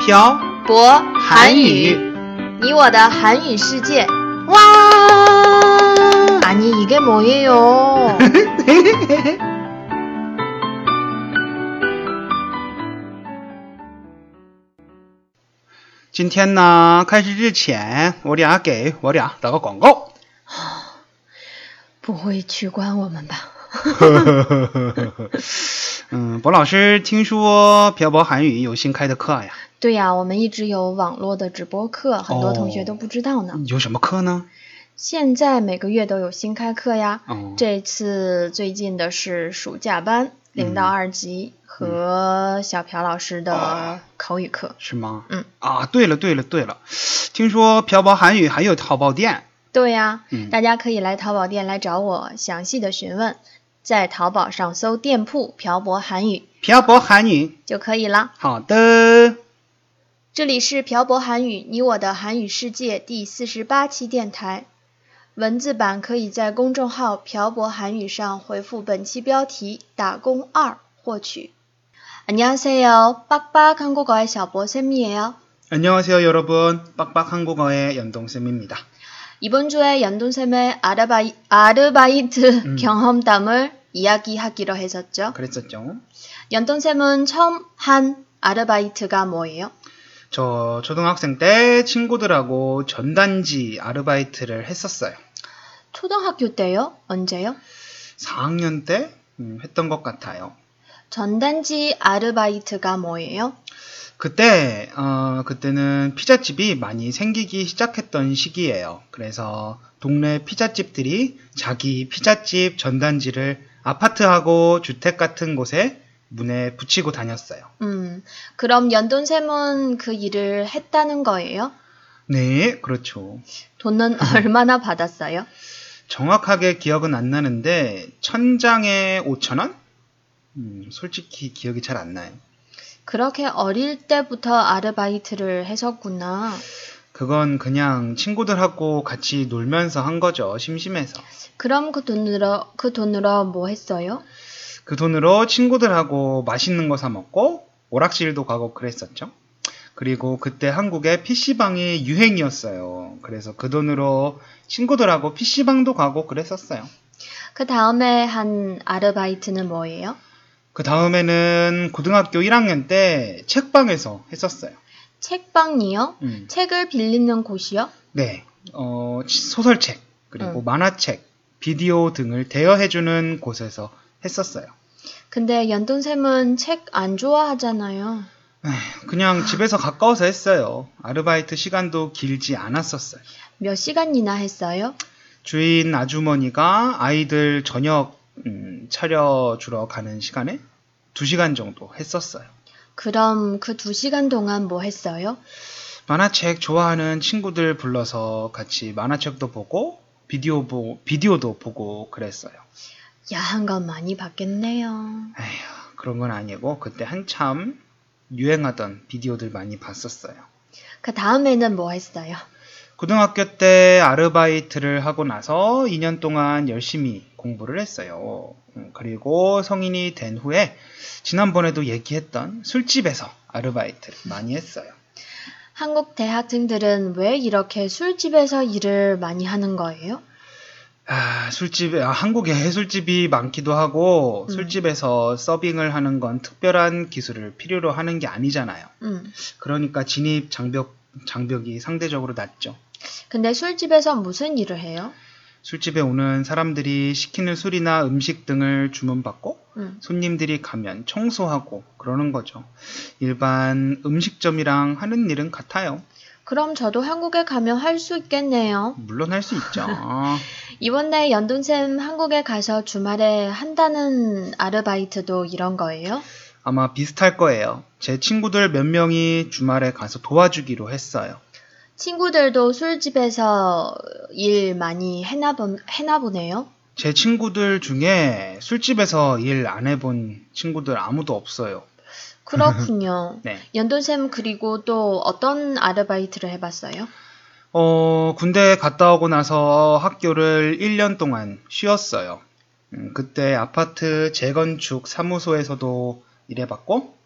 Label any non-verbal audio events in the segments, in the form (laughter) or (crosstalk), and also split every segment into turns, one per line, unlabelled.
漂
泊
韩语，
你我的韩语世界。啊
와!
아니
(laughs)
이게 뭐예요?
今天呢，开始之前，我俩给我俩打个广 (laughs) 告。
不会取关我们吧？
嗯，博老师听说漂泊韩语有新开的课呀，
对呀、我们一直有网络的直播课，很多同学
哦
都不知道呢。
有什么课呢？
现在每个月都有新开课呀。
哦，
这次最近的是暑假班零到
嗯
二级和小朴老师的
哦
口语课。
是吗？
嗯
啊，对了对了对了，听说漂泊韩语还有淘宝店，
对呀、
嗯
大家可以来淘宝店来找我详细的询问，在淘宝上搜店铺“漂泊韩语
漂泊韩语。”
就可以啦。
好的，
这里是漂泊韩语，你我的韩语世界第四十八期电台。文字版可以在公众号“漂泊韩语”上回复本期标题“打工二”获取。안녕하세요，빡빡한국어의小博쌤이에요。
안녕하세요 여러분, 빡빡 한국어의 연동 쌤입니다.
이번 주에 연돈쌤의 아르바이, 아르바이트
음.
경험담을 이야기하기로 했었죠.
그랬었죠.
연돈쌤은 처음 한 아르바이트가 뭐예요?
저 초등학생 때 친구들하고 전단지 아르바이트를 했었어요.
초등학교 때요? 언제요?
4학년 때 음, 했던 것 같아요.
전단지 아르바이트가 뭐예요?
그때 어, 그때는 피자집이 많이 생기기 시작했던 시기예요. 그래서 동네 피자집들이 자기 피자집 전단지를 아파트하고 주택 같은 곳에 문에 붙이고 다녔어요.
음, 그럼 연돈쌤은 그 일을 했다는 거예요?
네, 그렇죠.
돈은 (laughs) 얼마나 받았어요?
정확하게 기억은 안 나는데 천장에 5천 원? 음, 솔직히 기억이 잘 안 나요.
그렇게 어릴 때부터 아르바이트를 했었구나.
그건 그냥 친구들하고 같이 놀면서 한 거죠. 심심해서.
그럼 그 돈으로, 그 돈으로 뭐 했어요?
그 돈으로 친구들하고 맛있는 거 사 먹고 오락실도 가고 그랬었죠. 그리고 그때 한국에 PC방이 유행이었어요. 그래서 그 돈으로 친구들하고 PC방도 가고 그랬었어요.
그 다음에 한 아르바이트는 뭐예요?
그 다음에는 고등학교 1학년 때 책방에서 했었어요.
책방이요?
음.
책을 빌리는 곳이요?
네, 어, 치- 소설책, 그리고
음.
만화책, 비디오 등을 대여해주는 곳에서 했었어요.
근데 연돈쌤은 책 안 좋아하잖아요.
에휴, 그냥 집에서 가까워서 했어요. 아르바이트 시간도 길지 않았었어요.
몇 시간이나 했어요?
주인 아주머니가 아이들 저녁 음, 차려주러 가는 시간에 2시간 정도 했었어요.
그럼 그 두 시간 동안 뭐 했어요?
만화책 좋아하는 친구들 불러서 같이 만화책도 보고 비디오 보, 비디오도 보고 그랬어요.
야한 건 많이 받겠네요.
에휴, 그런 건 아니고 그때 한참 유행하던 비디오들 많이 봤었어요.
그 다음에는 뭐 했어요?
고등학교 때 아르바이트를 하고 나서 2년 동안 열심히 공부를 했어요. 음, 그리고 성인이 된 후에 지난번에도 얘기했던 술집에서 아르바이트를 많이 했어요.
한국 대학생들은 왜 이렇게 술집에서 일을 많이 하는 거예요?
아, 술집에 아, 한국에 해술집이 많기도 하고
음.
술집에서 서빙을 하는 건 특별한 기술을 필요로 하는 게 아니잖아요.
음.
그러니까 진입 장벽 장벽이 상대적으로 낮죠.
근데 술집에서 무슨 일을 해요?
술집에 오는 사람들이 시키는 술이나 음식 등을 주문받고
음.
손님들이 가면 청소하고 그러는 거죠. 일반 음식점이랑 하는 일은 같아요.
그럼 저도 한국에 가면 할 수 있겠네요.
물론 할 수 있죠.
이번에 연돈쌤 한국에 가서 주말에 한다는 아르바이트도 이런 거예요?
아마 비슷할 거예요. 제 친구들 몇 명이 주말에 가서 도와주기로 했어요.
친구들도 술집에서 일 많이 해나, 보, 해나 보네요?
제 친구들 중에 술집에서 일 안 해본 친구들 아무도 없어요. (laughs)
그렇군요.
네.
연돈쌤 그리고 또 어떤 아르바이트를 해봤어요?
어, 군대 갔다 오고 나서 학교를 1년 동안 쉬었어요. 음, 그때 아파트 재건축 사무소에서도 일해봤고,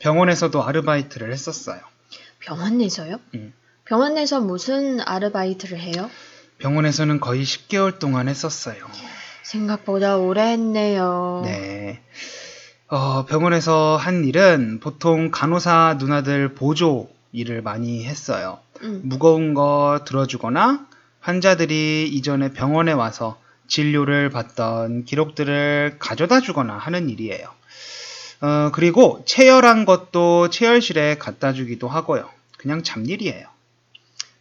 병원에서도 아르바이트를 했었어요.
병원 내서요?
음.
병원 내서 무슨 아르바이트를 해요?
병원에서는 거의 10개월 동안 했었어요.
생각보다 오래 했네요.
네. 어, 병원에서 한 일은 보통 간호사 누나들 보조 일을 많이 했어요.
음.
무거운 거 들어주거나 환자들이 이전에 병원에 와서 진료를 받던 기록들을 가져다 주거나 하는 일이에요. 어, 그리고 체열한 것도 체열실에 갖다 주기도 하고요. 그냥 잡일이에요.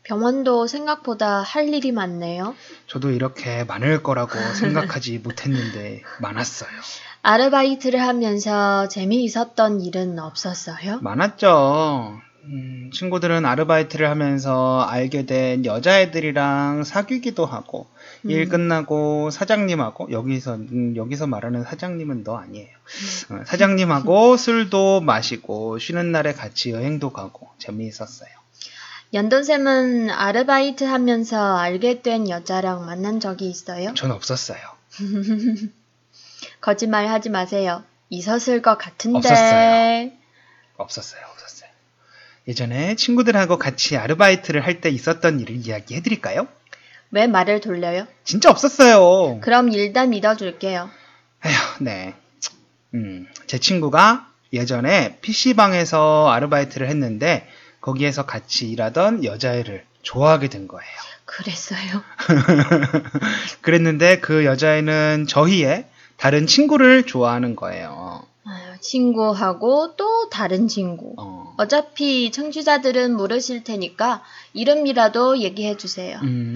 병원도 생각보다 할 일이 많네요.
저도 이렇게 많을 거라고 생각하지 못했는데 많았어요.
아르바이트를 하면서 재미있었던 일은 없었어요?
네. 많았죠. 음, 친구들은 아르바이트를 하면서 알게 된 여자애들이랑 사귀기도 하고 일
음.
끝나고 사장님하고 여기서 음, 여기서 말하는 사장님은 너 아니에요. 어, 사장님하고 술도 마시고 쉬는 날에 같이 여행도 가고 재미있었어요.
연돈쌤은 아르바이트 하면서 알게 된 여자랑 만난 적이 있어요?
전 없었어요.
거짓말 하지 마세요. 있었을 것 같은데.
없었어요. 없었어요. 없었어요. 예전에 친구들하고 같이 아르바이트를 할 때 있었던 일을 이야기해 드릴까요?
왜 말을 돌려요?
진짜 없었어요.
그럼 일단 믿어줄게요.
에휴, 네. 음, 제 친구가 예전에 PC방에서 아르바이트를 했는데 거기에서 같이 일하던 여자애를 좋아하게 된 거예요. (laughs)
그랬어요.
그랬는데 그 여자애는 저희의 다른 친구를 좋아하는 거예요.
아유, 친구하고 또 다른 친구.
어.
어차피 청취자들은 모르실 테니까 이름이라도 얘기해 주세요.
음.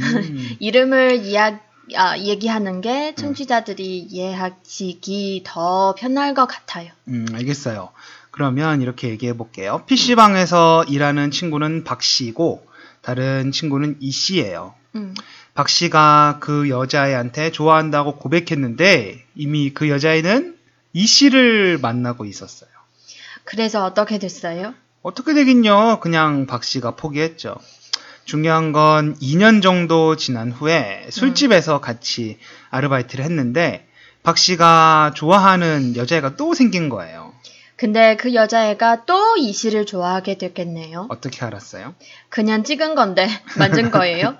이름을 이야, 아, 얘기하는 게 청취자들이 이해하기 더 편할 것 같아요.
음, 알겠어요. 그러면 이렇게 얘기해 볼게요. PC방에서 일하는 친구는 박 씨고 다른 친구는 이 씨예요.
음.
박 씨가 그 여자애한테 좋아한다고 고백했는데 이미 그 여자애는 이 씨를 만나고 있었어요.
그래서 어떻게 됐어요?
어떻게 되긴요. 그냥 박 씨가 포기했죠. 중요한 건 2년 정도 지난 후에 술집에서 같이 아르바이트를 했는데 박 씨가 좋아하는 여자애가 또 생긴 거예요.
근데 그 여자애가 또 이 씨를 좋아하게 됐겠네요.
어떻게 알았어요?
그냥 찍은 건데 만든 거예요?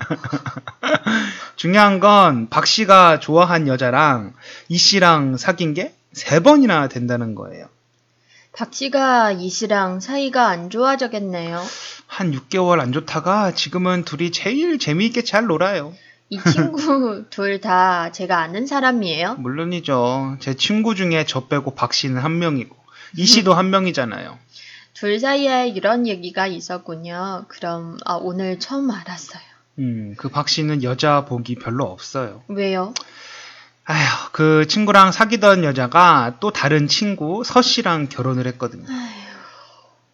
중요한 건 박 씨가 좋아한 여자랑 이 씨랑 사귄 게 세 번이나 된다는 거예요.
박 씨가 이 씨랑 사이가 안 좋아졌겠네요.
한 6개월 안 좋다가 지금은 둘이 제일 재미있게 잘 놀아요.
이 친구 둘 다 제가 아는 사람이에요.
물론이죠. 제 친구 중에 저 빼고 박 씨는 한 명이고 이 씨도 한 명이잖아요.
둘 사이에 이런 얘기가 있었군요. 그럼 아, 오늘 처음 알았어요.
음, 그 박 씨는 여자 복이 별로 없어요.
왜요?
아휴, 그 친구랑 사귀던 여자가 또 다른 친구 서 씨랑 결혼을 했거든요.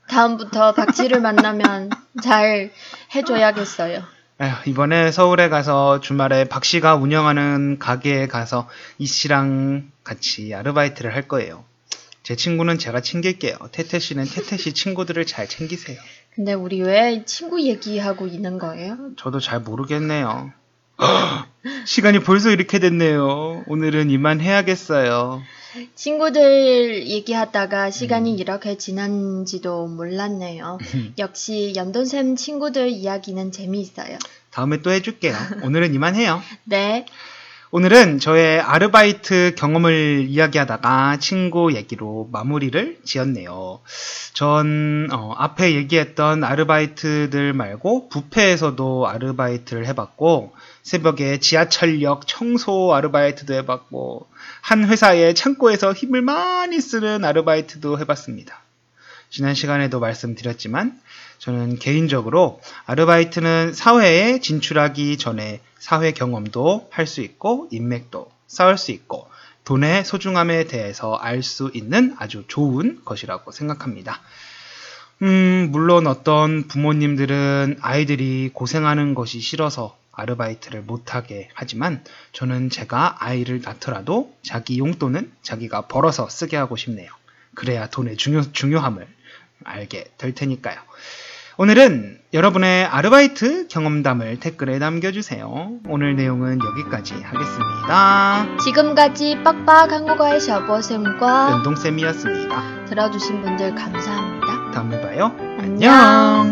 다음부터 박 씨를 만나면 잘 해줘야겠어요.
아휴, 이번에 서울에 가서 주말에 박 씨가 운영하는 가게에 가서 이 씨랑 같이 아르바이트를 할 거예요. 제 친구는 제가 챙길게요. 태태 씨는 태태 씨 친구들을 잘 챙기세요.
근데 우리 왜 친구 얘기하고 있는 거예요?
저도 잘 모르겠네요. (gasps) 시간이 벌써 이렇게 됐네요. 오늘은 이만 해야겠어요.
친구들 얘기하다가 시간이 이렇게 지난지도 몰랐네요. 역시 연돈샘 친구들 이야기는 재미있어요.
다음에 또 해줄게요. 오늘은 이만 해요.
네,
오늘은 저의 아르바이트 경험을 이야기하다가 친구 얘기로 마무리를 지었네요. 전 어, 앞에 얘기했던 아르바이트들 말고 부페에서도 아르바이트를 해봤고 새벽에 지하철역 청소 아르바이트도 해봤고 한 회사의 창고에서 힘을 많이 쓰는 아르바이트도 해봤습니다. 지난 시간에도 말씀드렸지만 저는 개인적으로 아르바이트는 사회에 진출하기 전에 사회 경험도 할 수 있고 인맥도 쌓을 수 있고 돈의 소중함에 대해서 알 수 있는 아주 좋은 것이라고 생각합니다. 음, 물론 어떤 부모님들은 아이들이 고생하는 것이 싫어서 아르바이트를 못하게 하지만 저는 제가 아이를 낳더라도 자기 용돈은 자기가 벌어서 쓰게 하고 싶네요. 그래야 돈의 중요, 중요함을 알게 될 테니까요. 오늘은 여러분의 아르바이트 경험담을 댓글에 남겨주세요. 오늘 내용은 여기까지 하겠습니다.
지금까지 빡빡 한국어의 셔버쌤과
아. 연동쌤이었습니다.
들어주신 분들 감사합니다.
다음에 봐요.
안녕.